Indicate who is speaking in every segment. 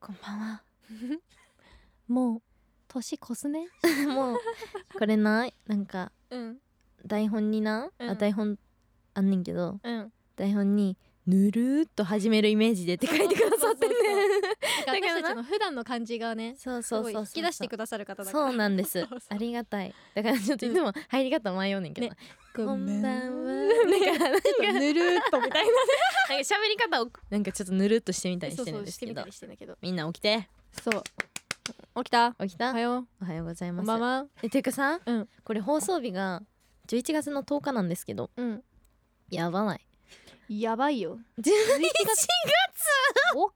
Speaker 1: こんばんは。
Speaker 2: もう年越すね
Speaker 1: もう、これないなんか、
Speaker 2: うん
Speaker 1: 台本にな、
Speaker 2: うん
Speaker 1: あ、台本あんねんけど、
Speaker 2: うん
Speaker 1: 台本に、ぬるーっと始めるイメージでって書いてくださってね。
Speaker 2: 私
Speaker 1: からな
Speaker 2: たちの普段の感じがね
Speaker 1: そう
Speaker 2: す
Speaker 1: そうそ
Speaker 2: ご
Speaker 1: う
Speaker 2: い
Speaker 1: そう。
Speaker 2: 引き出してくださる方だから
Speaker 1: そうなんです
Speaker 2: そうそう。
Speaker 1: ありがたい。だからちょっといつも入り方迷うねんけどな。こんばんは。な んか、なんか、
Speaker 2: ぬるーっとみ たいな
Speaker 1: なんか喋り方をなんかちょっとぬるっとしてみたりしてるんですけ
Speaker 2: み
Speaker 1: ど
Speaker 2: たりしてんだけど
Speaker 1: みんな起きて
Speaker 2: そう起きた
Speaker 1: 起き
Speaker 2: お
Speaker 1: た
Speaker 2: はよう
Speaker 1: おはようござい
Speaker 2: こ
Speaker 1: ま
Speaker 2: ん
Speaker 1: す
Speaker 2: ばんは
Speaker 1: えてかさ、
Speaker 2: うん
Speaker 1: これ放送日が11月の10日なんですけど
Speaker 2: うん
Speaker 1: やばない
Speaker 2: やばいよ
Speaker 1: 11月
Speaker 2: 多か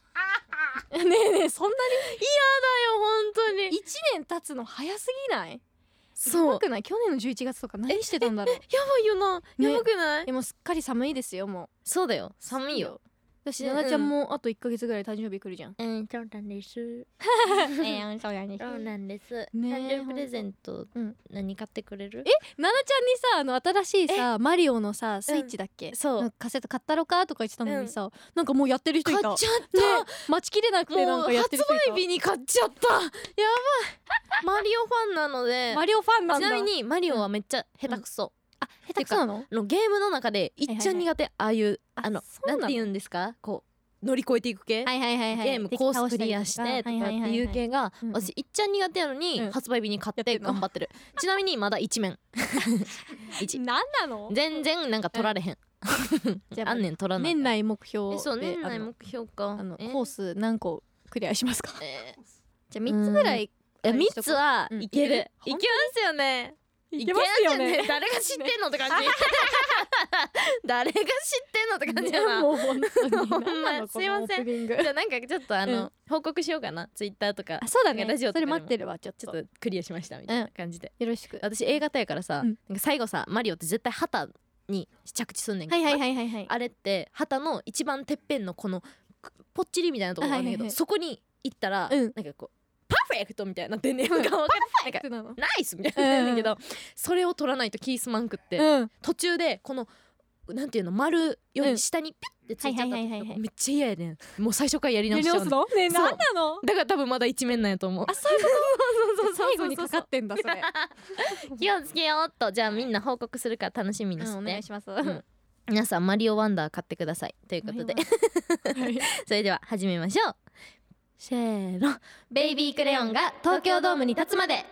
Speaker 2: ねえねえそんな
Speaker 1: だよ本当
Speaker 2: に
Speaker 1: に
Speaker 2: 一年経つの早すぎないや
Speaker 1: そう
Speaker 2: ばくない去年の11月とか何してたんだろう
Speaker 1: やばいよな
Speaker 2: ね
Speaker 1: やばくない、
Speaker 2: でもうすっかり寒いですよもう
Speaker 1: そうだよ寒いよ
Speaker 2: 私
Speaker 1: ね
Speaker 2: 奈々ちゃんもあと1ヶ月ぐらい誕生日来るじゃん
Speaker 1: うんそうなんです
Speaker 2: えそうやね
Speaker 1: そう
Speaker 2: 奈々
Speaker 1: なんです、
Speaker 2: ね
Speaker 1: 誕生日プレゼント、
Speaker 2: うん
Speaker 1: 何買ってくれる
Speaker 2: ちゃんにさあの新しいさマリオのさスイッチだっけ、
Speaker 1: そう
Speaker 2: なんかカセット買ったろかとか言ってたのにさ、なんかもうやってる人い
Speaker 1: 買ったちゃっ
Speaker 2: ね 待ちきれなく
Speaker 1: た、
Speaker 2: てなん
Speaker 1: もう
Speaker 2: かやっ
Speaker 1: 発
Speaker 2: てる人いた
Speaker 1: 売日に買っちゃったやばいマリオファンなので
Speaker 2: マリオファンなん
Speaker 1: ち
Speaker 2: だ
Speaker 1: なみにマリオはめっちゃ下手くそ、
Speaker 2: あ下手くそなの
Speaker 1: あのゲームの中でいっちゃん苦手、ああいう
Speaker 2: あ
Speaker 1: あの
Speaker 2: そうな
Speaker 1: な
Speaker 2: の
Speaker 1: んて言うんですかこう乗り越えていく系、
Speaker 2: はいはいはいはい
Speaker 1: ゲームコースクリアしてとかっていう系が、
Speaker 2: いはいはい
Speaker 1: 私いっちゃん苦手やのに、
Speaker 2: うん
Speaker 1: 発売日に買っ
Speaker 2: やって
Speaker 1: て
Speaker 2: んの
Speaker 1: 頑張ってるちなみにまだ一 面一
Speaker 2: 何なの
Speaker 1: 全然なんか取られへん、
Speaker 2: じゃあ
Speaker 1: あんねん取らない
Speaker 2: 年内目標
Speaker 1: えそう
Speaker 2: で
Speaker 1: 年
Speaker 2: あ
Speaker 1: 内
Speaker 2: の
Speaker 1: 目標か
Speaker 2: あの
Speaker 1: え
Speaker 2: コース何個クリアしますか
Speaker 1: え
Speaker 2: じゃあ3つぐらい
Speaker 1: ーえ三つは
Speaker 2: うん
Speaker 1: いける、
Speaker 2: いける
Speaker 1: いけますよね
Speaker 2: いけますよ
Speaker 1: いけ
Speaker 2: ね
Speaker 1: ます誰が知ってんのって感じ誰が知ってんのって感じや な、
Speaker 2: ね もう本当に
Speaker 1: ほんま
Speaker 2: 何なのこ
Speaker 1: すい
Speaker 2: の
Speaker 1: ま
Speaker 2: オ
Speaker 1: せん
Speaker 2: ープニング
Speaker 1: じゃあなんかちょっとあの、
Speaker 2: うん
Speaker 1: 報告しようかなツイッターとか
Speaker 2: あそうだ
Speaker 1: な
Speaker 2: ね
Speaker 1: んかラジオとかで
Speaker 2: それ
Speaker 1: も
Speaker 2: 待ってるわちょっ
Speaker 1: ち
Speaker 2: と
Speaker 1: ょっとクリアしましたみたいな感じで、
Speaker 2: よろしく
Speaker 1: 私 A 型やからさ、
Speaker 2: うん
Speaker 1: なんか最後さマリオって絶対旗に着地すんねんけ
Speaker 2: は
Speaker 1: ど、
Speaker 2: いはいはいはいはい
Speaker 1: あれって旗の一番てっぺんのこのくぽっちりみたいなところがあるんだけど、
Speaker 2: はいはいはい
Speaker 1: そこに行ったら、
Speaker 2: うん
Speaker 1: なんかこうパーフェクトみたいになってんねんなんかわかんないなんか
Speaker 2: なの
Speaker 1: ナイスみたいになってんねんけど、それを取らないとキースマンクって、
Speaker 2: うん
Speaker 1: 途中でこのなんていうの丸よ
Speaker 2: うん
Speaker 1: り下にピッてついちゃった
Speaker 2: はいはい
Speaker 1: と
Speaker 2: はいはいは
Speaker 1: こ
Speaker 2: い
Speaker 1: めっちゃ嫌やねんもう最初からやり
Speaker 2: や
Speaker 1: 直
Speaker 2: り
Speaker 1: しちゃう
Speaker 2: 直
Speaker 1: ね
Speaker 2: す
Speaker 1: ん
Speaker 2: のねえ
Speaker 1: そう
Speaker 2: 何なの
Speaker 1: だから多分まだ一面なんやと思う
Speaker 2: あそういうこ
Speaker 1: そうそう
Speaker 2: と
Speaker 1: そう
Speaker 2: 最後にかかってんだ それ
Speaker 1: 気をつけようっとじゃあみんな報告するから楽しみにして、
Speaker 2: うんお願いします
Speaker 1: ん皆さんマリオワンダー買ってくださいということで それでは始めましょうせーのベイビークレヨンが東京ドームに立つまで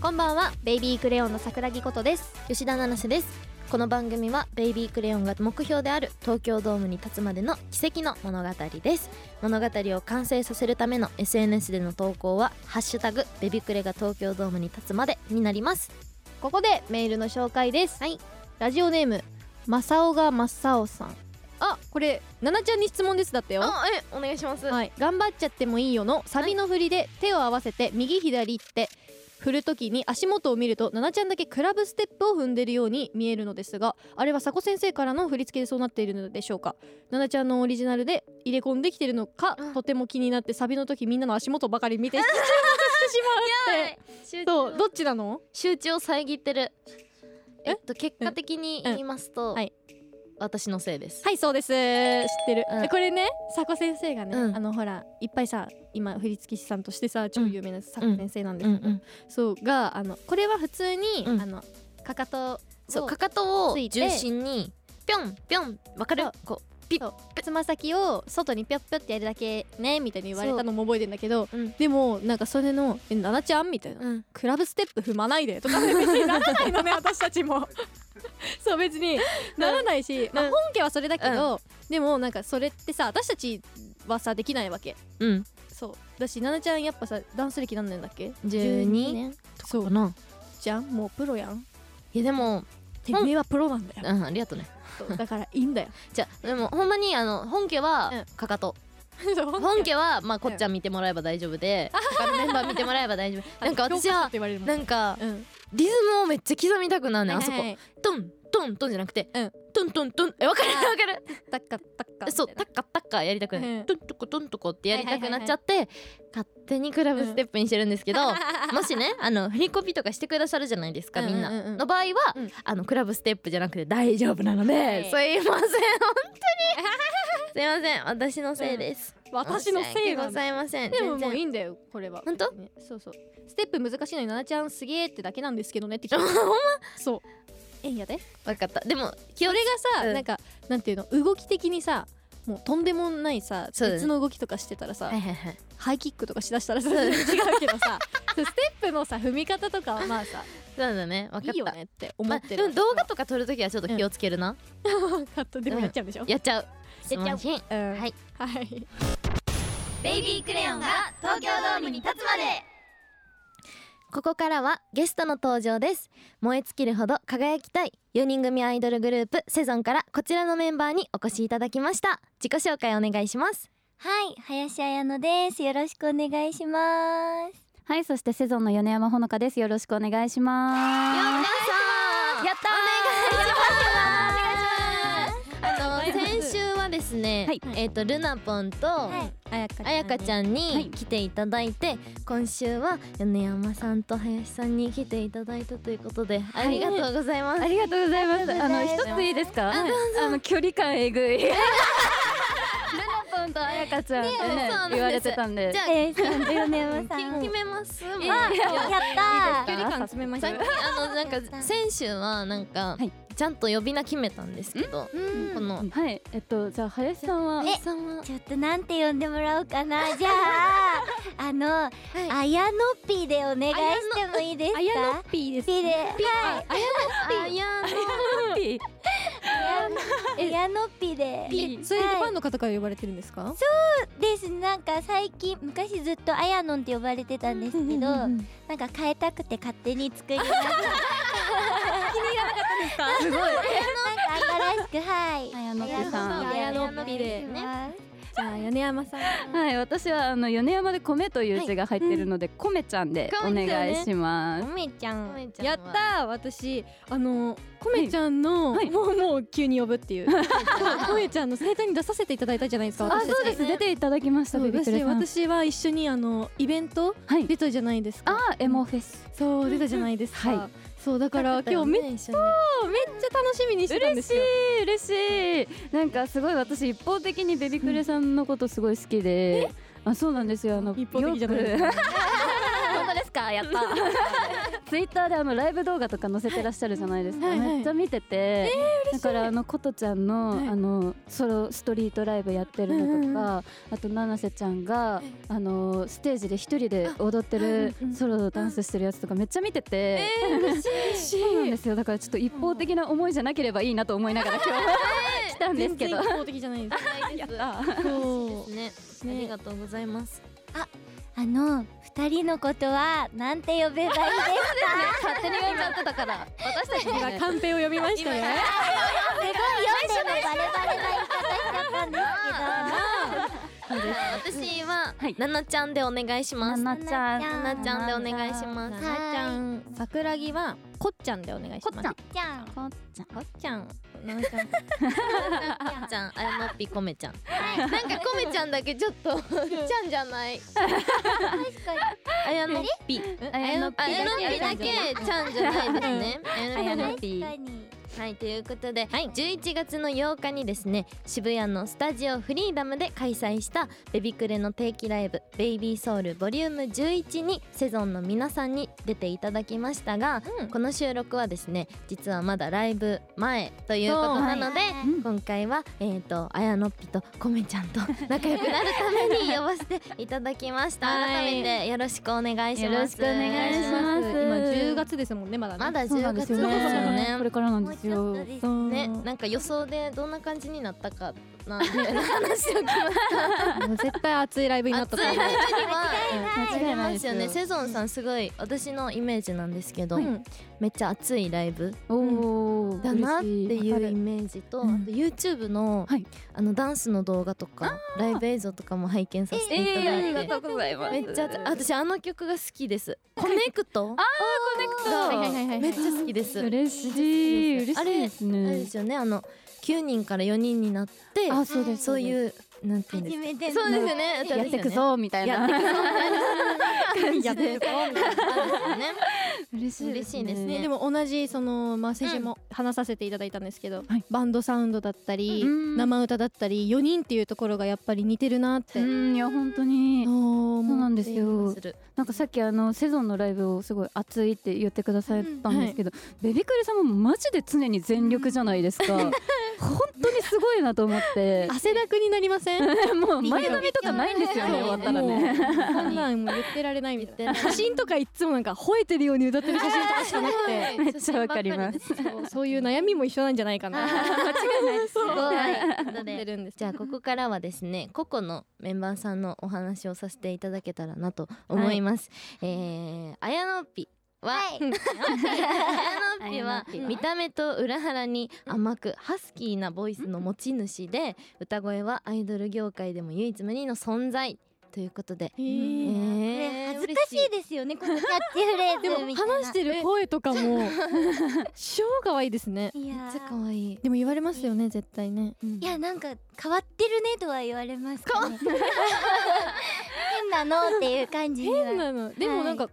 Speaker 3: こんばんはベイビークレヨンの桜木ことです
Speaker 1: 吉田七瀬ですこの番組はベイビークレヨンが目標である東京ドームに立つまでの奇跡の物語です物語を完成させるための SNS での投稿は「ハッシュタグベビクレが東京ドームに立つまで」になります
Speaker 3: ここでメールの紹介です
Speaker 1: はい
Speaker 3: ラジオネームまさおがまさおさん
Speaker 2: あこれななちゃんに質問ですだってよ
Speaker 1: あえお願いします
Speaker 3: はい頑張っちゃってもいいよのサビの振りで手を合わせて右左って振る時に足元を見るとななちゃんだけクラブステップを踏んでるように見えるのですがあれは佐古先生からの振り付けでそうなっているのでしょうかななちゃんのオリジナルで入れ込んできてるのか
Speaker 1: うん
Speaker 3: とても気になってサビの時みんなの足元ばかり見て注目してしまうって
Speaker 1: 集
Speaker 3: そうど
Speaker 1: 中
Speaker 3: っちなの
Speaker 1: 集中を遮ってる
Speaker 3: え
Speaker 1: えっと結果的に言いますと、
Speaker 3: んはい
Speaker 1: 私のせいです、
Speaker 3: はいそうです知ってる、
Speaker 1: うん
Speaker 3: これね佐古先生がね、
Speaker 1: うん
Speaker 3: あのほらいっぱいさ今振付師さんとしてさ超有名な佐古先生なんです
Speaker 1: うん
Speaker 3: け
Speaker 1: う
Speaker 3: ど、
Speaker 1: ん、
Speaker 3: そうがあのこれは普通に、
Speaker 1: うん
Speaker 3: あのかかと
Speaker 1: そう
Speaker 3: を
Speaker 1: かかとを
Speaker 3: ついて
Speaker 1: 重心にぴょんぴょんわかる
Speaker 3: そう
Speaker 1: こうピッ
Speaker 3: そうつま先を外にぴょっぴょってやるだけねみたいに言われたのも覚えてんだけど、
Speaker 1: うん
Speaker 3: でもなんかそれの「えななちゃん?」みたいな、
Speaker 1: うん
Speaker 3: クラブステップ踏まないで」とか別にならない のね私たちも。そう別にならないし、まあ、
Speaker 1: うん
Speaker 3: 本家はそれだけど、でもなんかそれってさ私たちはさできないわけ。
Speaker 1: うん
Speaker 3: そうだし奈々ちゃんやっぱさダンス歴何年だっけ
Speaker 1: 12
Speaker 3: 年
Speaker 1: そ
Speaker 3: そう
Speaker 1: か
Speaker 3: う
Speaker 1: な
Speaker 3: じゃんもうプロやん
Speaker 1: いやでも
Speaker 3: てめえはプロなんだよ
Speaker 1: うんありがとうね
Speaker 3: そうだからいいん だよ
Speaker 1: じゃあでもほんまにあの本家は
Speaker 3: うん
Speaker 1: かかと、
Speaker 3: そう
Speaker 1: 本家はまあこっちゃん見てもらえば大丈夫 で、他のメンバー見てもらえば大丈夫なんか私
Speaker 3: 教科書っ
Speaker 1: は
Speaker 3: て言われるもん
Speaker 1: なんか
Speaker 3: うん
Speaker 1: リズムをめっちゃ刻みたくなるねんあそこ
Speaker 3: はいはいはい
Speaker 1: トントントンじゃなくて、
Speaker 3: うん
Speaker 1: トントントンえわかるわかる
Speaker 3: タッカタッカ
Speaker 1: そうタッカタッカやりたくない、
Speaker 3: うん
Speaker 1: トントコトントコってやりたくなっちゃって、勝手にクラブステップにしてるんです けど、 もしねあの振りコピとかしてくださるじゃないですか、みんな。
Speaker 3: うんうんうんうん
Speaker 1: の場合は、
Speaker 3: うん
Speaker 1: あのクラブステップじゃなくて大丈夫なので、
Speaker 3: はい
Speaker 1: すいません本当にすすいません私のせいです、
Speaker 3: 私のせい
Speaker 1: 申し訳
Speaker 3: な
Speaker 1: ご
Speaker 3: んだ
Speaker 1: ざいません
Speaker 3: でも
Speaker 1: 全
Speaker 3: もうい
Speaker 1: 然
Speaker 3: いんだよこれは
Speaker 1: ほんと
Speaker 3: ねそうそうステップ難しいのにななちゃんすげえってだけなんですけどねって聞 い
Speaker 1: ほんま
Speaker 3: たそうえんやで
Speaker 1: わかったでも気
Speaker 3: そ
Speaker 1: を
Speaker 3: れがさ、
Speaker 1: うん
Speaker 3: なんかなんていうの動き的にさもうとんでもないさ、
Speaker 1: そうだね
Speaker 3: 別の動きとかしてたらさ、
Speaker 1: はいはいはい
Speaker 3: ハイキックとかしだしたらさ
Speaker 1: そうだ
Speaker 3: 違
Speaker 1: ね
Speaker 3: うけ どさそうステップのさ踏み方とかはまあさ
Speaker 1: そうだねわか
Speaker 3: い
Speaker 1: っ
Speaker 3: いよ
Speaker 1: た
Speaker 3: ねって思
Speaker 1: ま
Speaker 3: っ
Speaker 1: あ
Speaker 3: て
Speaker 1: で
Speaker 3: る、
Speaker 1: も動画とか撮るときはちょっと気をつけるな、
Speaker 3: カットでもやっちゃうんでしょ、
Speaker 1: やっちゃう
Speaker 3: やっちゃう
Speaker 1: すいません
Speaker 3: うん
Speaker 1: はい
Speaker 3: はい
Speaker 2: ベイビークレヨンが東京ドームに立つまで
Speaker 1: ここからはゲストの登場です燃え尽きるほど輝きたい4人組アイドルグループセゾンからこちらのメンバーにお越しいただきました自己紹介お願いします
Speaker 2: はい林彩乃ですよろしくお願いします
Speaker 4: はい、そしてセゾンの米山ほのかです。よろしくお願いしま
Speaker 1: やったーお願いしますあの先週はですね、
Speaker 4: はい
Speaker 1: えっ、とルナポンと、
Speaker 2: はい
Speaker 4: す。あや
Speaker 1: あやかちゃんに来ていただいて、今週は米山さんと林さんに来ていただいたということで、ありがとうございます
Speaker 4: ありがとうございます。あの
Speaker 1: ありがとうございます
Speaker 4: 一ついいですか？あの距離感えぐい。ルナポンとあやかちゃんって
Speaker 1: ね
Speaker 4: ね
Speaker 1: そうなんです
Speaker 4: 言われてたんで。
Speaker 1: じゃあ、
Speaker 2: えー、そう米山 さ
Speaker 1: き
Speaker 2: ん
Speaker 1: 決めます、もう
Speaker 2: やった
Speaker 3: 距離感詰めまし
Speaker 1: さ
Speaker 3: た
Speaker 1: っき
Speaker 3: よ
Speaker 1: あのなんか先週はなんか、
Speaker 4: はい
Speaker 1: ちゃんと呼び名決めたんですけど、
Speaker 2: ー
Speaker 1: この
Speaker 4: はい、えっとじゃあ林さんは
Speaker 2: え
Speaker 1: さんは
Speaker 2: ちょっとなんて呼んでもらおうかなじゃ ああのあやのっぴでお願いしてもいいですか
Speaker 4: あやのっぴーです。
Speaker 2: ぴではい
Speaker 1: あや
Speaker 4: ぴー
Speaker 2: あやのっぴで
Speaker 4: ピー
Speaker 3: それでファンの方から呼ばれてるんですか
Speaker 2: ですなんか最近昔ずっとあやのんって呼ばれてたんですけどなん
Speaker 4: ん
Speaker 2: か変えたくて勝手に作りました気に入らなか ったですかすごいなんか新しくはい
Speaker 4: あやのっぴさん
Speaker 2: あやの
Speaker 1: あやのっ
Speaker 2: っ
Speaker 1: ぴで
Speaker 2: ぴで
Speaker 3: じゃあ米山さん
Speaker 4: はい、私はあの米山で米という字が入ってるので、米ちゃんでお願いします。
Speaker 2: めちゃん
Speaker 1: めちゃんは
Speaker 3: やったー私あのコメちゃんの、
Speaker 4: はいはい
Speaker 3: もうもう急に呼ぶっていうコメちゃんの生誕に出させていただいたじゃないですか
Speaker 4: あ、
Speaker 3: 私たち
Speaker 4: そうです。出ていただきました。
Speaker 3: そう
Speaker 4: ビ
Speaker 3: そ
Speaker 4: ビク
Speaker 3: し
Speaker 4: ル
Speaker 3: て
Speaker 4: さん。
Speaker 3: 私は一緒にあのイベント
Speaker 4: はい。
Speaker 3: 出たじゃないですか
Speaker 4: あ、エモフェス。
Speaker 3: そう出たじゃないですか、
Speaker 4: は
Speaker 3: そうだから今日めっち
Speaker 1: っちゃ
Speaker 3: ゃめっちゃ楽しみにしてたんで
Speaker 4: 嬉し
Speaker 3: すよ
Speaker 4: い嬉しいなんかすごい私一方的にベビクレさんのことすごい好きで、あそうなんですよあの
Speaker 3: 一方的じゃない
Speaker 4: よく本当ですかやった ツイッターであのライブ動画とか載せてらっしゃるじゃないですか、
Speaker 3: はいはい
Speaker 4: めっちゃ見てて、だからあのことちゃんの、
Speaker 3: はい
Speaker 4: あのソロストリートライブやってるのとか、
Speaker 3: うんうんうん
Speaker 4: あと七瀬ちゃんが、あのステージで一人で踊ってる
Speaker 3: あうんうん
Speaker 4: ソロダンスしてるやつとかめっちゃ見てて、
Speaker 3: 嬉しい
Speaker 4: そうなんですよだからちょっと一方的な思いじゃなければいいなと思いながら今日来たんです
Speaker 3: 全
Speaker 4: け
Speaker 3: 然
Speaker 4: ど
Speaker 3: 一方的じゃないです
Speaker 1: やっ
Speaker 3: そ
Speaker 1: ねありがとうございます
Speaker 2: あの二人のことはなんて呼べばいいですか
Speaker 4: 勝手に言っちゃってたから私たち
Speaker 3: う
Speaker 4: には
Speaker 3: 今カンペを読みましたね
Speaker 2: すごい読んでもバレバレな言い方しちゃったんです
Speaker 1: 私は、
Speaker 4: はい
Speaker 1: ななちゃんでお願いしますな
Speaker 4: ななちゃん
Speaker 2: な
Speaker 1: なちゃんでお願いします
Speaker 2: ななちゃ
Speaker 3: ん桜木はこっちゃんでお願いし
Speaker 4: こっちゃん
Speaker 2: けどじゃ
Speaker 4: こっちゃん
Speaker 3: こっちゃんななちゃん
Speaker 1: ななちゃんあやのっぴこめちゃんなんかこめちゃんだけちょっとちゃんじゃない
Speaker 2: あ確かに
Speaker 1: あやのっぴ
Speaker 4: あやのっぴ
Speaker 1: あやのっぴだ
Speaker 4: だけ
Speaker 1: けちゃんじゃないですねあや
Speaker 4: や
Speaker 1: のっぴ
Speaker 4: の
Speaker 2: 確か
Speaker 4: っぴ
Speaker 2: に
Speaker 1: はいということで、11月の8日にですね渋谷のスタジオフリーダムで開催したベビクレの定期ライブ「ベイビーソウルボリューム11にセゾンの皆さんに出ていただきましたが、
Speaker 3: うん
Speaker 1: この収録はですね実はまだライブ前ということなので、
Speaker 2: はい
Speaker 4: うん
Speaker 1: 今回は、えー、と綾乃っぴとこめちゃんと仲良くなるために呼ばせていただきました、
Speaker 3: はい
Speaker 1: 改めてよろしくお願いします
Speaker 4: よろしくお願いします
Speaker 3: 今10月ですもんねまだね
Speaker 1: まだ
Speaker 4: そう
Speaker 1: 10
Speaker 4: なんで
Speaker 1: 月
Speaker 4: す
Speaker 1: で
Speaker 4: よ
Speaker 1: すよね
Speaker 4: これからなん
Speaker 2: もう
Speaker 4: で
Speaker 2: ちょ
Speaker 4: す
Speaker 2: っ
Speaker 4: よ
Speaker 2: とです
Speaker 3: そう
Speaker 1: ね、なんか予想でどんな感じになったかなみたいな話を聞きまし
Speaker 3: もう絶対熱いライブになったと思う
Speaker 1: 熱いライブには
Speaker 4: 間違い
Speaker 1: た
Speaker 4: な
Speaker 1: で
Speaker 4: いですす
Speaker 1: よ
Speaker 4: よ
Speaker 1: ねセゾンさんすごい私のイメージなんですけど、
Speaker 3: うん
Speaker 1: めっちゃ熱いライブ
Speaker 4: おお
Speaker 1: だなってい
Speaker 3: わか
Speaker 1: う
Speaker 3: る
Speaker 1: イメージと、
Speaker 3: うん
Speaker 1: あと YouTube の、
Speaker 4: はい
Speaker 1: あのダンスの動画とかライブ映像とかも拝見させていただいて、
Speaker 4: うございま
Speaker 1: めっちゃ熱い私あの曲が好きですコネクト
Speaker 3: はいはいはいはい
Speaker 1: めっちゃ好きです
Speaker 4: 嬉しい嬉しいです
Speaker 1: あれで
Speaker 4: ね
Speaker 1: すよねあの9人から4人になって
Speaker 4: あそうです
Speaker 1: そう
Speaker 4: う
Speaker 1: いうなんていうんで
Speaker 2: 初
Speaker 1: すかそ
Speaker 2: めての
Speaker 1: うですよね歌
Speaker 4: や
Speaker 1: で
Speaker 4: っ
Speaker 1: すよ
Speaker 4: てく
Speaker 1: ね
Speaker 4: ぞみたい
Speaker 1: やって
Speaker 4: な
Speaker 1: くぞみたいな感じでみたいな感じで
Speaker 4: やってくぞ
Speaker 1: すよ ね
Speaker 4: 嬉しい
Speaker 1: 嬉しいですね
Speaker 3: でも同じその、まあ、先週も話させていただいたんですけど、
Speaker 4: はい
Speaker 3: バンドサウンドだったり、
Speaker 4: うん
Speaker 3: 生歌だったり4人っていうところがやっぱり似てるなって、
Speaker 4: うんいや本当に
Speaker 3: そう
Speaker 4: そうなん
Speaker 3: で
Speaker 4: ですよなんかさっきあのセゾンのライブをすごい熱いって言ってくださったんですけど、ベビクレさんもマジで常に全力じゃないですか、本当にすごいなと思って
Speaker 3: 汗だくになりません
Speaker 4: もう前髪とかないん ですよね
Speaker 1: いや
Speaker 4: 終わったら
Speaker 3: もう
Speaker 4: ね
Speaker 3: こんなんもう言ってられないみたいな写真とかいっつもなんか吠えてるように歌ってる写真とかしかなくて
Speaker 4: めっちゃわかります
Speaker 3: そうそういう悩みも一緒なんじゃないかな
Speaker 1: 間違いない ですすごいということ
Speaker 3: 思って
Speaker 1: で
Speaker 3: るんです
Speaker 1: じゃあここからはですね個々のメンバーさんのお話をさせていただけたらなと思います、えー、あやのっぴ は、
Speaker 2: は
Speaker 1: あ
Speaker 2: い
Speaker 1: やのっ
Speaker 4: あ
Speaker 1: ぴ
Speaker 4: やのっぴ
Speaker 1: は見た目と裏腹に甘くハスキーなボイスの持ち主で歌声はアイドル業界でも唯一無二の存在ということで、
Speaker 3: へ
Speaker 1: え
Speaker 3: ー
Speaker 1: ー
Speaker 2: ね恥ずかしいですよねこのキャッチフレー
Speaker 3: で
Speaker 2: ズ
Speaker 3: も
Speaker 2: みたいな
Speaker 3: 話してる声とかも 超可愛いですね
Speaker 2: いや
Speaker 1: めっちゃ
Speaker 2: ー
Speaker 1: 可愛い
Speaker 3: でも言われますよね絶対ね
Speaker 2: いやなんか変わってるねとは言われますかね変なのっていう感じには
Speaker 3: 変なのでもなんか、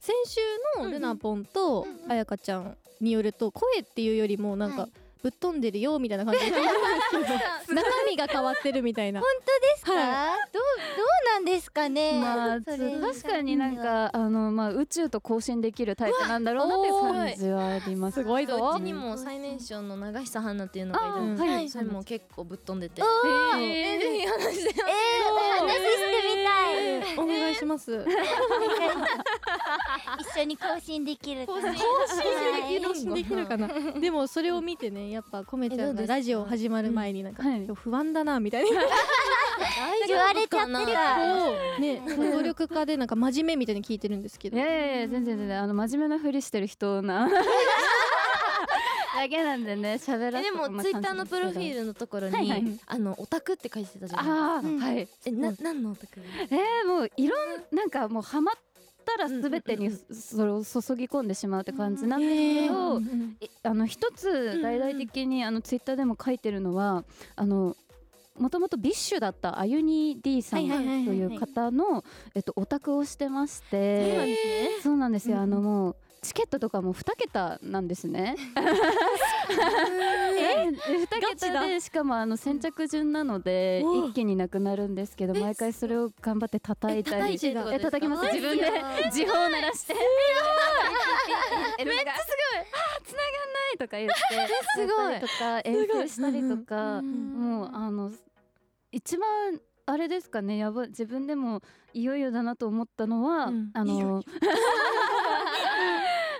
Speaker 3: 先週のルナポンと
Speaker 2: うんうん
Speaker 3: 彩香ちゃんによると声っていうよりもなん
Speaker 2: は
Speaker 3: か
Speaker 2: い
Speaker 3: ぶっ飛んでるよみたいな感じ で中身が変わってるみたいな
Speaker 2: 本当ですか、どうどうなんですかね、
Speaker 4: まあ、
Speaker 2: それ
Speaker 4: 確かになんかあの、まあ、宇宙と交信できるタイプなんだろうなっていう感じはあります
Speaker 3: すごいぞ
Speaker 1: うちにも最年少の長久花っていうのがいるんですけど、
Speaker 4: あーはい
Speaker 1: それも結構ぶっ飛んでて、
Speaker 4: おー
Speaker 1: えーぜひ話して
Speaker 2: えー、話してみたい、
Speaker 3: お願いします
Speaker 2: 一緒に更新できる更新で
Speaker 3: 更新できるかなでもそれを見てねやっぱコメちゃ
Speaker 1: えどうんで
Speaker 3: が
Speaker 1: すか
Speaker 3: ラジオ始まる前になんか、
Speaker 4: はい
Speaker 3: 今日不安だなみたいな
Speaker 2: 言われちゃっ
Speaker 1: かな
Speaker 2: てるから
Speaker 3: ね努力家でなんか真面目みたいに聞いてるんですけ
Speaker 4: い
Speaker 3: ど
Speaker 4: やいやいや全然全然あの真面目なふりしてる 人なだけなんでね喋ら
Speaker 1: え
Speaker 4: せ
Speaker 1: でもツイッターのプロフィー
Speaker 4: ル
Speaker 1: ルのところ
Speaker 4: はいはい
Speaker 1: にあのオタクって書いてたじゃない
Speaker 4: ああ、
Speaker 2: うん
Speaker 4: はい
Speaker 1: えな何のオタク
Speaker 4: えー、もういろんなんかもうハマったら全て
Speaker 1: う
Speaker 4: に
Speaker 1: んうん
Speaker 4: それを注ぎ込んでしまうって感じなんですけど、
Speaker 3: うんうん
Speaker 4: えあの一つ大々的にあのツイッターでも書いてるのはあのもともとビッシュだったあゆに D さん
Speaker 3: はいは
Speaker 4: と
Speaker 3: いはいはい
Speaker 4: いう方のえっとオタクをしてましてそうなんですよあのもうチケットとかも2桁なんで すね。え2桁でしかもあの先着順なので一気になくなるんですけど毎回それを頑張って叩いたり
Speaker 1: え叩いてるってことですか
Speaker 4: え叩きます自分で時報鳴らして めっちゃすごい繋がんないとか言って
Speaker 1: すごい
Speaker 4: やったりとか遠征したりとかもうあの一番あれですかねやば自分でもいよいよだなと思ったのは、
Speaker 1: うん
Speaker 4: あ
Speaker 1: いよい
Speaker 4: の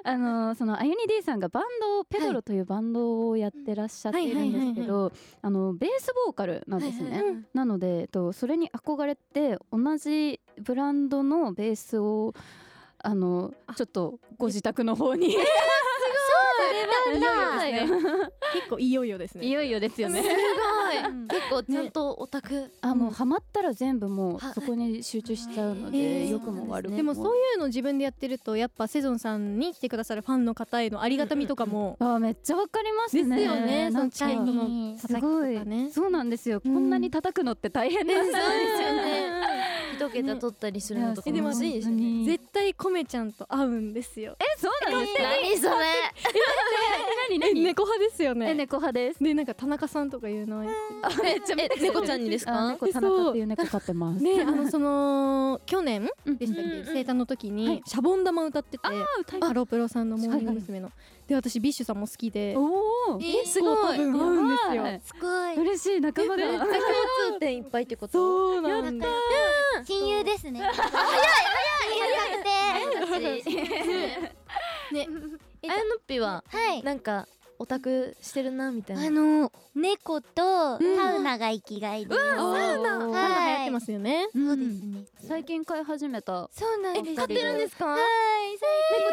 Speaker 4: あのそのあゆに D さんがバンドをペドロというバンドをやってらっしゃっているんですけどあのベースボーカルなんですね、
Speaker 1: はいはいはい
Speaker 4: なので、えっと、それに憧れて同じブランドのベースをあのちょっとご自宅の方に、
Speaker 2: そうなんだ
Speaker 4: いよいよですね
Speaker 3: 結構いよいよですね
Speaker 4: いよいよですよね
Speaker 1: す ごい結構ちゃんとオタク
Speaker 4: あもうハマったら全部もう
Speaker 1: は
Speaker 4: そこに集中しちゃうの
Speaker 3: え
Speaker 4: で
Speaker 3: ー
Speaker 4: 良くも悪くも
Speaker 3: でもそういうの自分でやってるとやっぱセゾンさんに来てくださるファンの方へのありがたみとかも
Speaker 4: あーめっちゃわかりますね
Speaker 3: ですよね
Speaker 4: なんか
Speaker 3: そのチケットの叩き
Speaker 4: す
Speaker 3: と
Speaker 4: ごい
Speaker 3: かね
Speaker 4: そうなんですよ、
Speaker 3: うん
Speaker 4: こんなに叩くのって大変なんです
Speaker 1: そうですよね
Speaker 3: うん
Speaker 1: 一桁取ったりするのとか
Speaker 3: えでも
Speaker 1: 楽しいですよね
Speaker 4: ね
Speaker 3: 絶対コメちゃんと会うんですよ
Speaker 4: えそうなんですか
Speaker 1: 何それ
Speaker 4: 何
Speaker 3: え
Speaker 4: 何
Speaker 3: 猫派ですよ
Speaker 4: え
Speaker 3: ね
Speaker 4: 猫派です
Speaker 3: でなんか田中さんとかいうのは
Speaker 1: え猫ちゃんにです
Speaker 4: あ
Speaker 1: か
Speaker 4: 猫田中っていう猫飼ってます
Speaker 3: ねあのその去年
Speaker 4: うん
Speaker 3: でしたっ
Speaker 1: うんうん
Speaker 3: け生誕の時
Speaker 4: は
Speaker 3: に
Speaker 4: い
Speaker 3: シャボン玉歌ってて
Speaker 4: あ歌い
Speaker 3: ハロプロさんのモーニング娘。ので私ビッシュさんも好きで
Speaker 4: おお
Speaker 1: えーすごい
Speaker 3: 結構多分合うんですよ
Speaker 2: すごい
Speaker 4: 嬉しい仲間が
Speaker 1: 共通点いっぱいってこと
Speaker 3: そうなんだ
Speaker 2: 親友ですね早い早い
Speaker 1: あやのっぴは
Speaker 2: はい
Speaker 1: なんかオタクしてるなみたい
Speaker 2: あ
Speaker 1: な
Speaker 2: の猫とサウナが生きがいです、
Speaker 4: そうなん
Speaker 3: ないんか
Speaker 2: は
Speaker 3: 流行ってますよね
Speaker 2: そうですね
Speaker 4: 最近飼い始めた
Speaker 2: そうなんです
Speaker 1: 飼ってるんですか
Speaker 2: は
Speaker 1: 猫
Speaker 2: い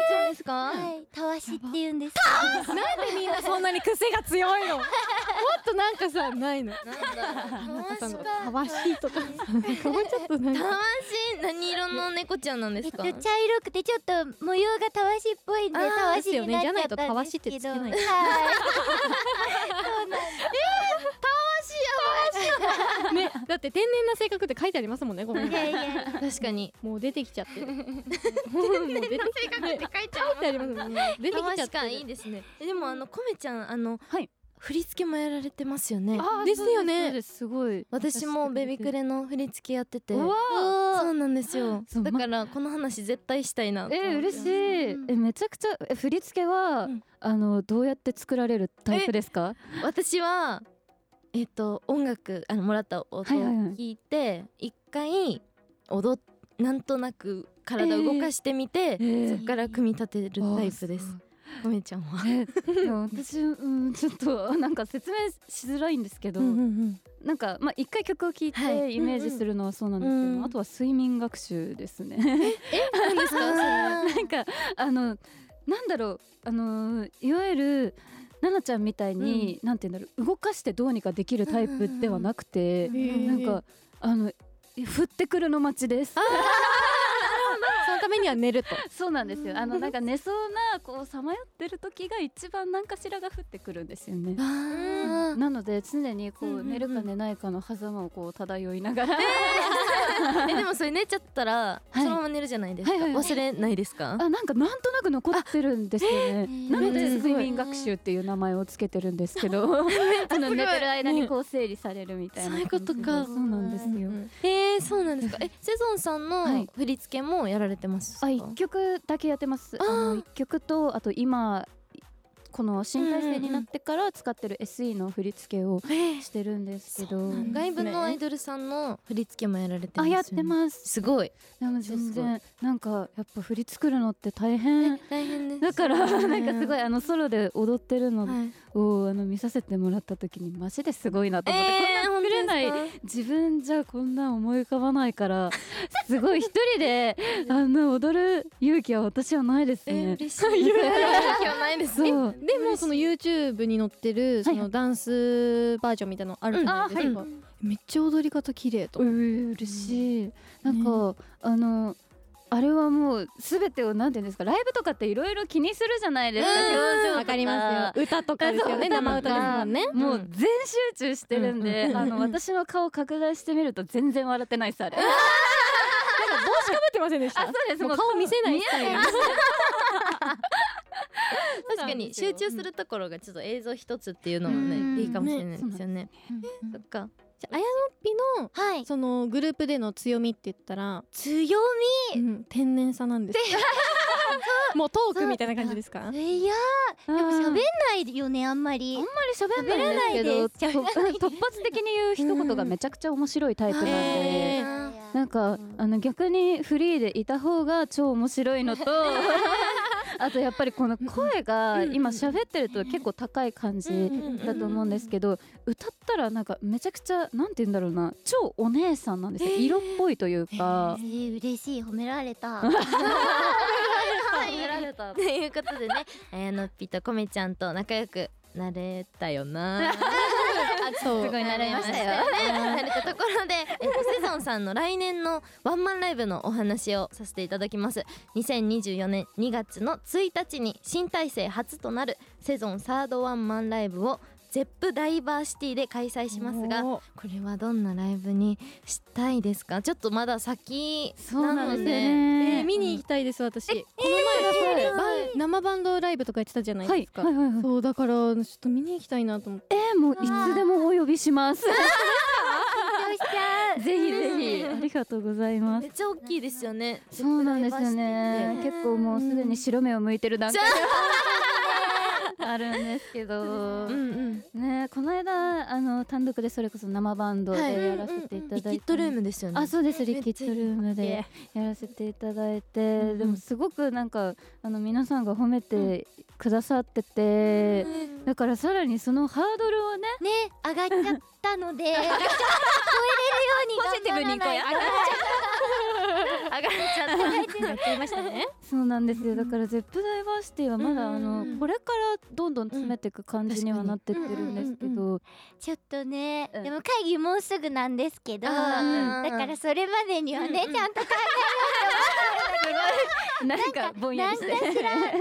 Speaker 1: ちゃんですか
Speaker 2: 最近はいたわしって言うんです
Speaker 3: みんなそんなに癖が強いのもっとなんかさないの
Speaker 1: なんだろう楽しかった
Speaker 3: たわしいと かもうちょっとなん
Speaker 1: たわ
Speaker 3: か
Speaker 1: し何色の猫ちゃんなんで
Speaker 2: え
Speaker 1: す
Speaker 2: っと
Speaker 1: か
Speaker 2: 茶色くてちょっと模様がたわしっぽいんで
Speaker 3: あ
Speaker 2: た
Speaker 3: ー
Speaker 2: わしになっち
Speaker 3: ですよねじ
Speaker 2: ゃったんですけど
Speaker 3: ゃないとたわしってつけない
Speaker 2: はいそうなんです
Speaker 3: ね だって天然な性格って書いてありますもんねこれ
Speaker 2: いやいやいや
Speaker 1: 確かに
Speaker 3: もう出てきちゃってもう出てき
Speaker 5: 性格って書いて
Speaker 3: ちゃ
Speaker 5: あ
Speaker 3: って
Speaker 5: り
Speaker 3: あ
Speaker 5: ま
Speaker 3: り
Speaker 5: す
Speaker 3: ますもんね出てきちゃっ
Speaker 1: 確
Speaker 3: て
Speaker 1: かにいいですねえでもあのコメちゃんあの、
Speaker 4: はい
Speaker 1: 振り付けもやられてますよね
Speaker 4: あー
Speaker 3: ですよね
Speaker 4: そうですそうですすごい
Speaker 1: 私もベビクレの振り付けやってて
Speaker 4: うわ
Speaker 1: そうなんですよ
Speaker 4: そう
Speaker 1: だからこの話絶対したいなと
Speaker 4: え
Speaker 1: 思って
Speaker 4: ー、嬉しい、えめちゃくちゃえ振り付けは、
Speaker 1: うん
Speaker 4: あのどうやって作られるタイプですか
Speaker 1: 私はえっ、と音楽あのもらった音を
Speaker 4: はいはいはい
Speaker 1: 聞いて一、回踊っなんとなく体動かしてみて、
Speaker 4: えー
Speaker 1: そこから組み立てるタイプですごめちゃんは、
Speaker 4: えでも私、うん、ちょっと なんか説明しづらいんですけど、なんかまあ一回曲を聴い
Speaker 1: は
Speaker 4: て
Speaker 1: い
Speaker 4: イメージするのはそうなんですけど、
Speaker 1: うん
Speaker 4: あとは睡眠学習ですね。
Speaker 1: 何ですか
Speaker 4: なんかあのなんだろうあのいわゆる奈々ちゃんみたいに、なんて言うんだろう動かしてどうにかできるタイプではなくて、
Speaker 3: んうんうん
Speaker 4: なんかあの降ってくるの待ちです。
Speaker 3: そのためには寝ると
Speaker 4: そうなんですよ。あのなんか寝そうなこうさまよってる時が一番何かしらが降ってくるんですよね。
Speaker 1: あー
Speaker 4: なので常に
Speaker 1: う
Speaker 4: こ
Speaker 1: んうん
Speaker 4: う
Speaker 1: うん
Speaker 4: 寝るか寝ないかの狭間をこう漂いながら、
Speaker 1: えでもそれ寝ちゃったら、
Speaker 4: は
Speaker 1: そ
Speaker 4: い
Speaker 1: のまま寝るじゃないですか、
Speaker 4: はいはいはい
Speaker 1: 忘れないですか
Speaker 4: あなんかなんとなく残ってるんですよね。なので
Speaker 1: うん
Speaker 4: 睡眠学習っていう名前をつけてるんですけ ど、あの寝てる間にこう整理されるみたいな。
Speaker 1: そういうことか
Speaker 4: そうなんですよ。
Speaker 1: えー、そうなんですかえセゾンさん
Speaker 4: は
Speaker 1: の
Speaker 4: い
Speaker 1: 振り付けもやられてますか
Speaker 4: あ一曲だけやってます。あの一曲とあと今この新体制になってから使ってる SE の振り付けをしてるんですけど。
Speaker 1: 外部のアイドルさんの振り付けもやられてます
Speaker 4: あ
Speaker 1: よね
Speaker 4: やってます。
Speaker 1: すごい
Speaker 4: でも
Speaker 1: すごい
Speaker 4: 全然なんかやっぱ振り作るのって大変
Speaker 1: 大変です
Speaker 4: だからなんかすご
Speaker 1: い、
Speaker 4: いあのソロで踊ってるの
Speaker 1: はい、
Speaker 4: をあの見させてもらった時にマジですごいなと思って、
Speaker 1: えー、
Speaker 4: こんな作れない
Speaker 1: 本当ですか
Speaker 4: 自分じゃこんな思い浮かばないから すごい一人であの踊る勇気は私はないです
Speaker 1: えー、
Speaker 4: ね。
Speaker 1: 嬉しい 勇気はないです
Speaker 4: そう
Speaker 1: え
Speaker 3: でもその YouTube に載ってるそ
Speaker 4: はいは
Speaker 3: のダンスバージョンみたいなのあるじゃないですか、
Speaker 1: う
Speaker 3: めっちゃ踊り方綺麗と
Speaker 4: う
Speaker 3: 思っ
Speaker 4: う嬉しい、なんか、あのあれはもうすべてをなんていうんですかライブとかっていろいろ気にするじゃないですか、表情
Speaker 3: て
Speaker 4: とか
Speaker 3: わかりますよ歌とかですよね
Speaker 4: そう
Speaker 3: 生歌ですもんね
Speaker 4: もう全集中してるんで、あの私の顔拡大してみると全然笑ってないですあれ。
Speaker 3: 帽子かぶってませんでした
Speaker 4: あそうです
Speaker 3: もう顔見せないスタイル
Speaker 1: 確かに集中するところがちょっと映像一つっていうのもね、
Speaker 3: うん
Speaker 1: いいかもしれないですよねそっか
Speaker 3: じゃあやのっぴの
Speaker 2: はい
Speaker 3: そのグループでの強みって言ったら、
Speaker 2: 強
Speaker 3: うん天然さなんです もうトークみたいな感じですか
Speaker 2: みいや
Speaker 4: で
Speaker 2: ーでも喋ん
Speaker 4: り
Speaker 2: ないよねあんまり
Speaker 4: 喋んないんですけど
Speaker 2: 喋らないです
Speaker 4: 突発的に言う一言がめちゃくちゃ面白いタイプなんで。
Speaker 1: えー
Speaker 4: なんかあの逆にフリーでいた方が超面白いのとあとやっぱりこの声が今喋ってると結構高い感じだと思うんですけど歌ったらなんかめちゃくちゃなんて言うんだろうな超お姉さんなんですよ色っぽいというか
Speaker 2: え。ー、嬉しい褒められた
Speaker 1: ということでね、あやのっぴとこめちゃんと仲良くなれたよな。
Speaker 4: すごい慣れましたよ。
Speaker 1: なれたところで、えっと、セゾンさんの来年のワンマンライブのお話をさせていただきます2024年2月の1日に新体制初となるセゾンサードワンマンライブをゼップダイバーシティで開催しますがこ
Speaker 3: おー
Speaker 1: れはどんなライブにしたいですかちょっとまだ先
Speaker 4: そう
Speaker 1: な
Speaker 4: なん
Speaker 1: の
Speaker 4: です
Speaker 1: で
Speaker 4: よ
Speaker 3: えー
Speaker 4: ね。
Speaker 3: 見に行きたいです私こ
Speaker 4: え
Speaker 3: の前
Speaker 4: ー
Speaker 3: バン生バンドライブとか言ってたじゃない
Speaker 4: は
Speaker 3: で
Speaker 4: い
Speaker 3: すか
Speaker 4: はいはいはい。
Speaker 3: そうだからちょっと見に行きたいなと思って
Speaker 4: えーもういつでもお呼びします。
Speaker 2: 緊張しちゃう
Speaker 4: ぜひぜひありがとうございます
Speaker 1: め。っちゃ大きいですよね
Speaker 4: そうなんですよね。結構もうすでに白目を向いてる段階があるんですけど
Speaker 1: う、んうん
Speaker 4: ねこの間あの単独でそれこそ生バンドでやらせていただいて、
Speaker 1: リキッドルームですよね
Speaker 4: あそうですリキッドルームでやらせていただいて、でもすごくなんかあの皆さんが褒めてくださってて、だからさらにそのハードルをね、
Speaker 2: ね上がっちゃったの で超えれるように頑張らないと
Speaker 1: 上がっちゃった
Speaker 3: やっちゃいましたね
Speaker 4: そうなんですよだからゼップダイバーシティはまだあ
Speaker 1: う
Speaker 4: の
Speaker 1: ん
Speaker 4: これからどんどん詰めていく感じにはなってってるんですけど、
Speaker 2: ちょっとね、
Speaker 4: うん
Speaker 2: でも会議もうすぐなんですけどだ
Speaker 1: あー
Speaker 2: からそれまでにはね、
Speaker 1: うん
Speaker 2: ちゃんと考
Speaker 4: なんかぼんや
Speaker 2: 何
Speaker 4: り
Speaker 2: か
Speaker 4: し
Speaker 2: してら何か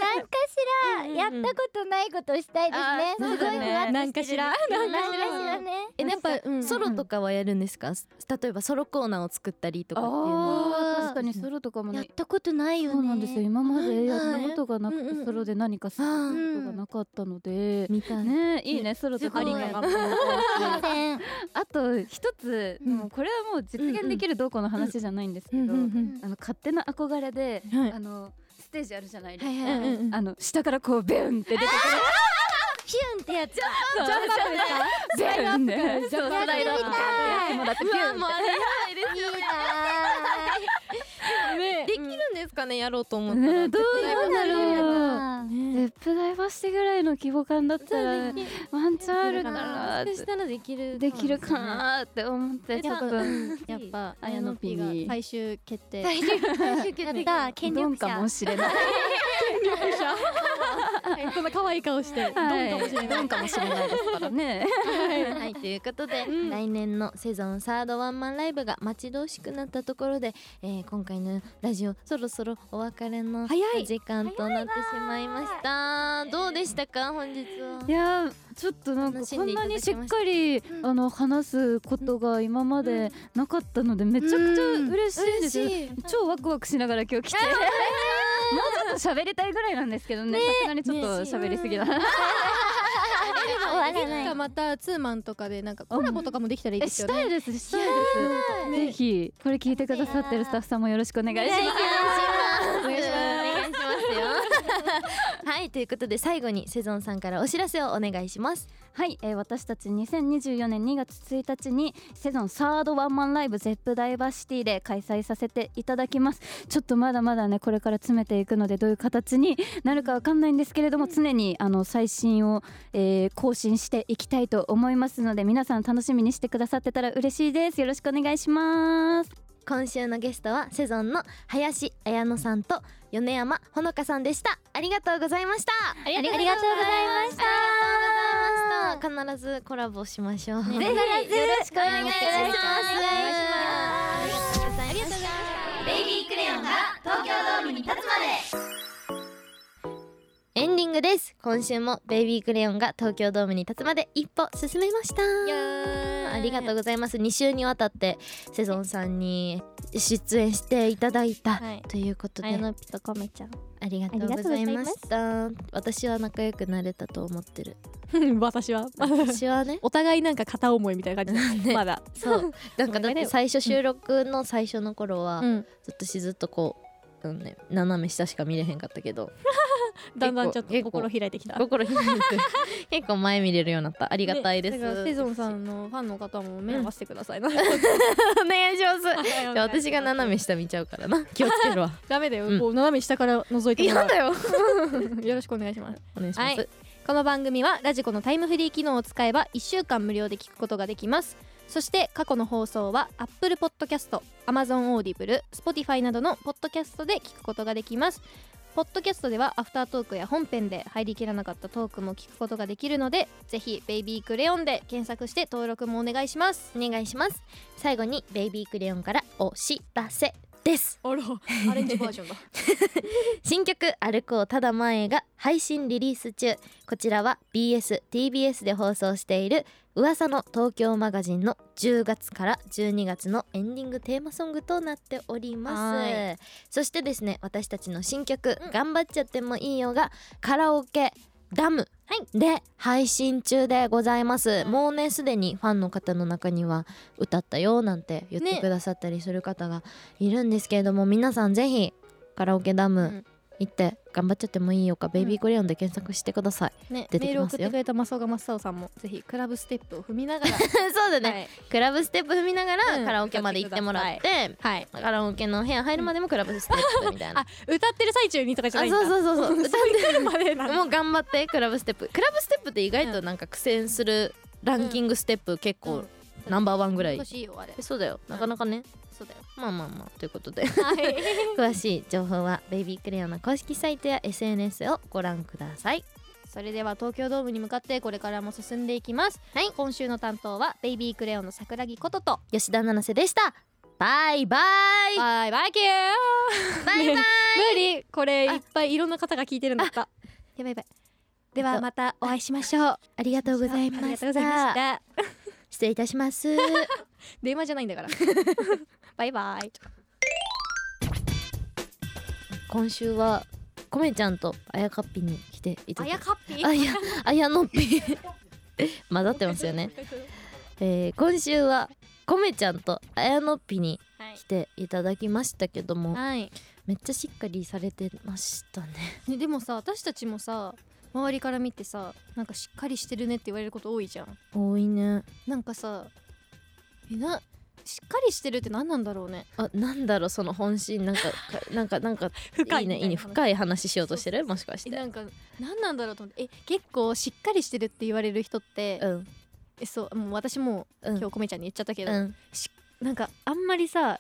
Speaker 2: らやったことないことしたいですね。
Speaker 4: うんうんうんあー
Speaker 2: すごい
Speaker 4: そうだね
Speaker 2: ふわっと
Speaker 3: なんかしら
Speaker 2: してる
Speaker 1: なんかしら
Speaker 2: なんかしらね。
Speaker 1: えやっぱ、
Speaker 4: うん
Speaker 1: ソロとかはやるんですか例えばソロコーナーを作ったりとかっていうのは
Speaker 4: あ
Speaker 2: あー
Speaker 4: ー確かにソロとかも
Speaker 2: やっ
Speaker 4: ね
Speaker 2: たことないよね。
Speaker 4: そうなんですよ今までやったことがな
Speaker 1: うん
Speaker 4: く
Speaker 1: うん
Speaker 4: てソロで何かすることがなかったので、
Speaker 1: 見たい、
Speaker 4: ねいいねソロとか
Speaker 2: すごい
Speaker 4: ありがとう
Speaker 2: 全然。
Speaker 4: あと一つ、
Speaker 1: うん
Speaker 4: もうこれはもう実現できるどうこうの話じゃないんですけど、あの勝手な憧れで、
Speaker 3: はい
Speaker 4: あのステージあるじゃないですか、
Speaker 1: はいはいはい
Speaker 4: あの下からこうベンって出てくる
Speaker 2: ヒュンってやつ。
Speaker 4: そうジャンプねそう
Speaker 2: ジャンプ
Speaker 4: ライドアッ
Speaker 2: やっ
Speaker 4: プ
Speaker 2: てみたい
Speaker 4: もらってビュンって
Speaker 1: できるんですかねやろうと思ったら、
Speaker 4: ねどう
Speaker 1: 絶対
Speaker 4: なんだろう
Speaker 1: ね
Speaker 4: 絶プダイバーシティぐらいの規模感だったらワンチャンあるかな
Speaker 1: もしか
Speaker 4: ーっ
Speaker 1: したらできる
Speaker 4: てできるかなーって思って
Speaker 3: い
Speaker 4: ちょ
Speaker 3: や
Speaker 4: っと
Speaker 3: やっぱ
Speaker 4: 綾
Speaker 3: 綾
Speaker 4: 野
Speaker 3: 野
Speaker 4: P
Speaker 3: P
Speaker 4: が
Speaker 3: が最終決定
Speaker 2: やった権
Speaker 4: ド
Speaker 2: 力
Speaker 4: ンか
Speaker 2: 者
Speaker 4: も。しれない
Speaker 3: はいこんな可愛い顔してドンか
Speaker 4: はい
Speaker 3: もしれない
Speaker 4: ドンかもしれないですから ね
Speaker 1: はいということで、来年のセゾンサードワンマンライブが待ち遠しくなったところで、えー今回のラジオそろそろお別れの
Speaker 3: 早い
Speaker 1: 時間となってしまいましたどうでしたか本日はい
Speaker 4: やーちょっとなんか
Speaker 1: 楽し
Speaker 4: こ
Speaker 1: んで
Speaker 4: ん
Speaker 1: いた
Speaker 4: な
Speaker 1: だけま
Speaker 4: に
Speaker 1: し
Speaker 4: したっかり
Speaker 2: ん
Speaker 4: あの話すことが今までなかったのでめちゃくちゃ
Speaker 2: うん
Speaker 4: 嬉しいんですよ
Speaker 1: 嬉しい
Speaker 4: 超ワクワクしながら今日来てもうちょっと喋りたいぐらいなんですけどねさすがにちょっと喋りすぎだな
Speaker 2: 終わら
Speaker 3: いつ
Speaker 2: な
Speaker 3: か
Speaker 2: い。
Speaker 3: またツーマンとかでなんかコラボとかもできたらいい
Speaker 4: え
Speaker 3: です
Speaker 4: し
Speaker 3: よね
Speaker 4: たいですしたいですぜひこれ聞いてくださってるスタッフさんもよろしくお願いします
Speaker 1: お願いしますよ はいということで最後にセゾンさんからお知らせをお願いします
Speaker 4: はい、えー私たち2024年2月1日にセゾンサードワンマンライブゼップダイバーシティで開催させていただきますちょっとまだまだねこれから詰めていくのでどういう形になるかわかんないんですけれども常にあの最新を、えー更新していきたいと思いますので皆さん楽しみにしてくださってたら嬉しいですよろしくお願いします
Speaker 1: 今週のゲストはセゾンの林彩乃さんと米山ほのかさんでしたありがとうございましたありがとうございましたありがとうございました必ずコラボしましょう、
Speaker 2: ぜひよろしくお願いします。
Speaker 1: ありがとうございました
Speaker 5: ベイビークレヨンが東京ドームに立つまで
Speaker 1: エンディングです今週もベイビークレヨンが東京ドームに立つまで一歩進めましたありがとうございます2週にわたってセゾンさんに出演していただいた
Speaker 2: はい
Speaker 1: ということで、
Speaker 2: 綾乃ピとコメちゃん。
Speaker 1: ありがとうございました私は仲良くなれたと思って る
Speaker 3: 私は
Speaker 1: 私はね
Speaker 3: お互いなんか片思いみたいな感じだまだ
Speaker 1: そうなんかだって最初収録の最初の頃は、
Speaker 3: うん
Speaker 1: ずっとしずっとこう、うんね、斜め下しか見れへんかったけど
Speaker 3: だんだんちょっと
Speaker 1: 結構
Speaker 3: 心開いてきた
Speaker 1: 心 開いて結構前見れるようになったありがたいです、
Speaker 3: ね だからセゾンさんのファンの方も目を合わせてくださいな
Speaker 1: お願いしますじ
Speaker 3: じ
Speaker 1: ゃあ私が斜め下見ちゃうから な気をつけるわ
Speaker 3: ダメだよ、
Speaker 1: うん
Speaker 3: こう斜め下から覗いてもらう
Speaker 1: よ
Speaker 3: よろしくお願いします
Speaker 1: お願いします、
Speaker 3: はいこの番組はラジコのタイムフリー機能を使えば1週間無料で聞くことができますそして過去の放送は Apple Podcast、Amazon Audible、Spotify などのポッドキャストで聞くことができますポッドキャストではアフタートークや本編で入りきらなかったトークも聞くことができるのでぜひ「ベイビークレヨン」で検索して登録もお願いします
Speaker 1: お願いします最後にベイビークレヨンからお知らせです
Speaker 3: あ らアレンジバージョンだ
Speaker 1: 新曲「歩こうただ前へ」が配信リリース中こちらは BSTBS で放送している「噂の東京マガジン」の10月から12月のエンディングテーマソングとなっておりま
Speaker 3: は
Speaker 1: すそしてですね私たちの新曲
Speaker 3: う
Speaker 1: 「
Speaker 3: ん
Speaker 1: 頑張っちゃってもいいよ」がカラオケダムで配信中でございます、もうねすでにファンの方の中には歌ったよなんて言って
Speaker 3: ね
Speaker 1: くださったりする方がいるんですけれども、皆さんぜひカラオケダム、
Speaker 3: うん
Speaker 1: 行って頑張っちゃってもいいよか、ベイビークレヨンで検索してください
Speaker 3: ね
Speaker 1: 出てき
Speaker 3: メールを
Speaker 1: ま
Speaker 3: 送
Speaker 1: す
Speaker 3: っ
Speaker 1: よ
Speaker 3: てくれた正岡正夫さんもぜひクラブステップを踏みなが ら、
Speaker 1: そうだね、
Speaker 3: はい
Speaker 1: クラブステップ踏みながら
Speaker 3: うん
Speaker 1: カラオケまで行ってもらって、
Speaker 3: はい
Speaker 1: カラオケの部屋入るまでもクラブステップみた いな、
Speaker 3: あ歌ってる最中にとかじゃ
Speaker 1: あ
Speaker 3: ないんだ
Speaker 1: そうそうそうそう歌っ
Speaker 3: ってるまでな
Speaker 1: てもう頑張ってクラブステップクラブステップって意外となんか苦戦するランキングステップ結構、
Speaker 3: うん
Speaker 1: ナンバーワンぐらい
Speaker 3: 欲しいよあれ
Speaker 1: えそうだよなかなかね、
Speaker 3: そうだよ
Speaker 1: まあまあまあということで 詳しい情報はベイビークレヨンの公式サイトや SNS をご覧ください
Speaker 3: それでは東京ドームに向かってこれからも進んでいきます
Speaker 1: はい
Speaker 3: 今週の担当はベイビークレヨンの桜木ことと
Speaker 1: 吉田七瀬でしたバイバイ
Speaker 3: バイバイキュー
Speaker 1: バイバイ
Speaker 3: 無理これいっぱいいろんな方が聞いてるんだったやばいやばいではまたお会いしましょう
Speaker 1: ありがとうござい
Speaker 3: あり
Speaker 1: ま
Speaker 3: が
Speaker 1: し
Speaker 3: とうございましたた
Speaker 1: 失礼いたします
Speaker 3: 電話じゃないんだからバイバイ
Speaker 1: 今週はコメちゃんとあやかっぴに来ていただき
Speaker 3: カッピ
Speaker 1: あやあやのっぴ 混ざってますよね、えー、今週はコメちゃんとあやのっぴに来ていただきましたけども、
Speaker 3: はい
Speaker 1: めっちゃしっかりされてましたね
Speaker 3: ねでもさ私たちもさ周りから見てさなんかしっかりしてるねって言われること多いじゃん
Speaker 1: 多いね
Speaker 3: なんかさえなしっかりしてるって何なんだろうね
Speaker 1: あなんだろうその本心なんかかなんかなん かいいねいいね深い話しようとしてるもしかし
Speaker 3: え
Speaker 1: て
Speaker 3: なんか何なんだろうと思ってえ結構しっかりしてるって言われる人って、
Speaker 1: うん
Speaker 3: えそうもう私も
Speaker 1: うん
Speaker 3: 今日コメちゃんに言っちゃったけど、
Speaker 1: うん
Speaker 3: なんかあんまりさ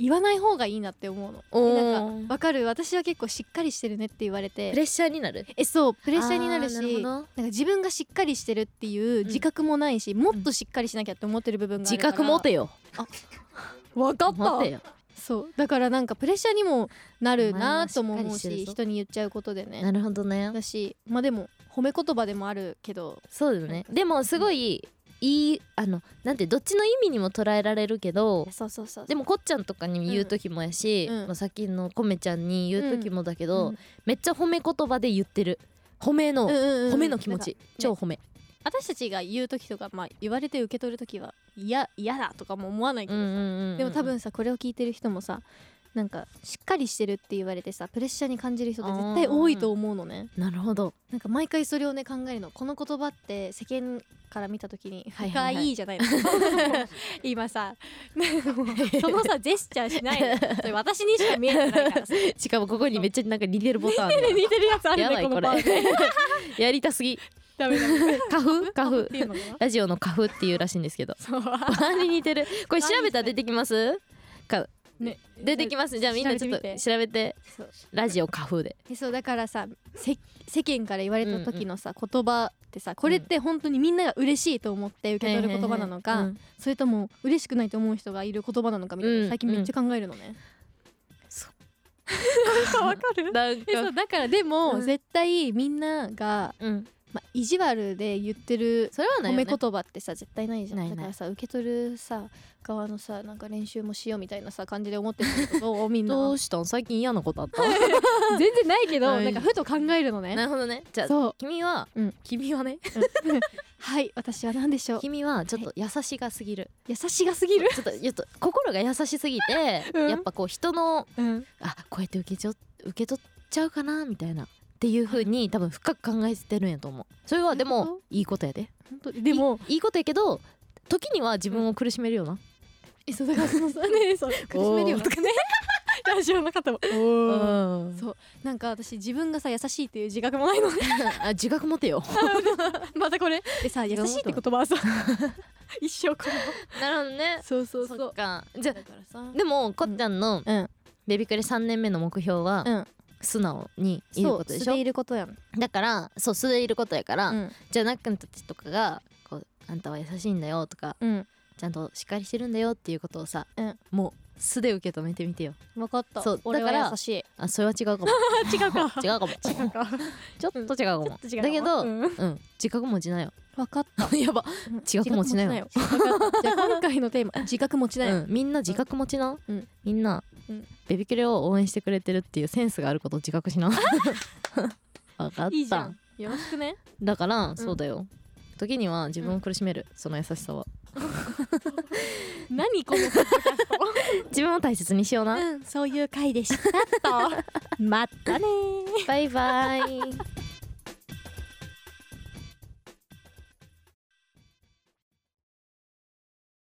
Speaker 3: 言わない方がいいなって思うの
Speaker 1: お
Speaker 3: え
Speaker 1: ー
Speaker 3: なんかわかる私は結構しっかりしてるねって言われ
Speaker 1: プレ
Speaker 3: て
Speaker 1: ッシャーになる
Speaker 3: えそうプ
Speaker 1: プ
Speaker 3: レッシャーになるし
Speaker 1: なるほど
Speaker 3: なんか自分がしっかりしてるっていう自覚もないし、もっとしっかりしなきゃって思ってる部分があ
Speaker 1: 自
Speaker 3: るから
Speaker 1: 覚持てよ
Speaker 3: 分か
Speaker 1: 持てよ
Speaker 3: そうだからなんかプレッシャーにもなるなとも
Speaker 1: お前
Speaker 3: 思
Speaker 1: は
Speaker 3: う
Speaker 1: しっかりしてる
Speaker 3: し
Speaker 1: ぞ
Speaker 3: 人に言っちゃうことでね
Speaker 1: なるほどね
Speaker 3: だしまあでも褒め言葉でもあるけど
Speaker 1: そうだよねでもすごいいいあのなんてどっちの意味にも捉えられるけど
Speaker 3: そうそうそう
Speaker 1: でもこっちゃんとかに言う時もやし、
Speaker 3: うんうん
Speaker 1: まあ、さっきのコメちゃんに言う時もだけど、
Speaker 3: うん
Speaker 1: めっちゃ褒め言葉で言ってる褒めの、
Speaker 3: うんうんうん
Speaker 1: 褒めの気持ち、超褒め、
Speaker 3: 私たちが言う時とか、まあ、言われて受け取る時は嫌嫌だとかも思わないけどさ、でも多分さこれを聞いてる人もさなんかしっかりしてるって言われてさプレッシャーに感じる人って絶対多いと思うのね
Speaker 1: なるほど
Speaker 3: なんか毎回それをね考えるのこの言葉って世間から見た時に「
Speaker 1: はい
Speaker 3: 深
Speaker 1: はいはい
Speaker 3: い」じゃないの 今さそのさジェスチャーし ないのそれ私にしか見えてないから さ
Speaker 1: しかもここにめっちゃなんか似てるボ タンが
Speaker 3: 似てるやつある
Speaker 1: やば
Speaker 3: ね
Speaker 1: い
Speaker 3: こ
Speaker 1: こ
Speaker 3: のパ
Speaker 1: れ
Speaker 3: ーで
Speaker 1: やりたすぎ
Speaker 3: ダメダメ
Speaker 1: 花 粉花粉
Speaker 3: っていうのかな
Speaker 1: ラジオの花粉っていうらしいんですけど
Speaker 3: そう
Speaker 1: バーに似てるこれ調べたら出てきますか
Speaker 3: ね
Speaker 1: 出てきますじゃあみんなちょっと
Speaker 3: 調べてみて
Speaker 1: 調べて
Speaker 3: そう
Speaker 1: ラジオ花粉で
Speaker 3: でそうだからさせ世間から言われた時のさ、言葉ってさこれって本当にみんなが嬉しいと思って受け取る言葉なのか、
Speaker 1: うん
Speaker 3: それとも嬉しくないと思う人がいる言葉なのかみたいな、
Speaker 1: うん
Speaker 3: 最近めっちゃ考えるのね。
Speaker 1: そ
Speaker 3: わかる
Speaker 1: なん
Speaker 3: えそ
Speaker 1: か
Speaker 3: うだからでも、
Speaker 1: うん
Speaker 3: 絶対みんなが、
Speaker 1: うん
Speaker 3: まあ、意地悪で言ってる
Speaker 1: それはな
Speaker 3: 褒
Speaker 1: いよ
Speaker 3: め
Speaker 1: ね
Speaker 3: 言葉ってさ絶対ないじゃん
Speaker 1: ないない
Speaker 3: だからさ受け取るさ側のさなんか練習もしようみたいなさ感じで思ってるけどみんな
Speaker 1: どうしたん最近嫌なことあった
Speaker 3: 全然ないけど
Speaker 1: ない
Speaker 3: なんかふと考えるのね。
Speaker 1: なるほどねじゃあ
Speaker 3: そう
Speaker 1: 君は、
Speaker 3: うん
Speaker 1: 君はね
Speaker 3: はい私は何でしょう
Speaker 1: 君はちょっと優しがすぎる
Speaker 3: 優しがすぎる、
Speaker 1: ちょっとちょっと心が優しすぎて、
Speaker 3: うん
Speaker 1: やっぱ こう人の
Speaker 3: うん、
Speaker 1: あこうやって受けちょ受け取っちゃうかなみたいなっていう風に多分深く考えてるんやと思うそれはで
Speaker 3: そうい
Speaker 1: も
Speaker 3: うこ
Speaker 1: いいことやで
Speaker 3: 本当にでも
Speaker 1: いいいことやけど時には自分を苦しめるよな、
Speaker 3: えそうだからそのさ ねそう苦しめるよ
Speaker 1: お
Speaker 3: ね
Speaker 1: ー
Speaker 3: とかねラジオの方も
Speaker 1: うん
Speaker 3: そう なんか私自分がさ優しいっていう自覚もないので
Speaker 1: あ自覚持てよ
Speaker 3: またこれでさ優しいって言葉はさ 一生こ の
Speaker 1: なるほどね
Speaker 3: そうそ
Speaker 1: そっかじゃ
Speaker 3: だからさ
Speaker 1: あでもこっちゃんの
Speaker 3: うん
Speaker 1: ベビクレ3年目の目標は、
Speaker 3: うん
Speaker 1: 素直にいる
Speaker 3: そ
Speaker 1: こ
Speaker 3: う
Speaker 1: とで
Speaker 3: 素
Speaker 1: しょ
Speaker 3: でいることやん
Speaker 1: だからそう素でいることやから、
Speaker 3: うん
Speaker 1: じゃあなっくんたちとかがこう「あんたは優しいんだよ」とか
Speaker 3: うん
Speaker 1: 「ちゃんとしっかりしてるんだよ」っていうことをさ、
Speaker 3: うん
Speaker 1: もう素で受け止めてみてよ
Speaker 3: 分かった
Speaker 1: そう
Speaker 3: 俺
Speaker 1: だか
Speaker 3: は
Speaker 1: ら
Speaker 3: 優しい
Speaker 1: あそれは違うかも
Speaker 3: 違うか
Speaker 1: 違うかも
Speaker 3: 違うか
Speaker 1: ちょっと違うかも、
Speaker 3: 違うか
Speaker 1: だけど、う
Speaker 3: うん
Speaker 1: ん自覚持ちなよ
Speaker 3: 分かった
Speaker 1: やば、自覚持ちなよ
Speaker 3: 自覚持ちなよわかったじゃあ今回のテーマ自覚持ちな
Speaker 1: う
Speaker 3: よ
Speaker 1: ん、みんな自覚持ちな、
Speaker 3: うん
Speaker 1: みんな、
Speaker 3: うん
Speaker 1: ベビキュレを応援してくれてるっていうセンスがあることを自覚 しな わかった
Speaker 3: いいじゃんよろしくね
Speaker 1: だから、そうだよ時には自分を苦しめる、その優しさは
Speaker 3: 何このポッドキャスト
Speaker 1: 自分を大切にしような、
Speaker 2: そういう回でした
Speaker 3: まったね
Speaker 1: バイバイ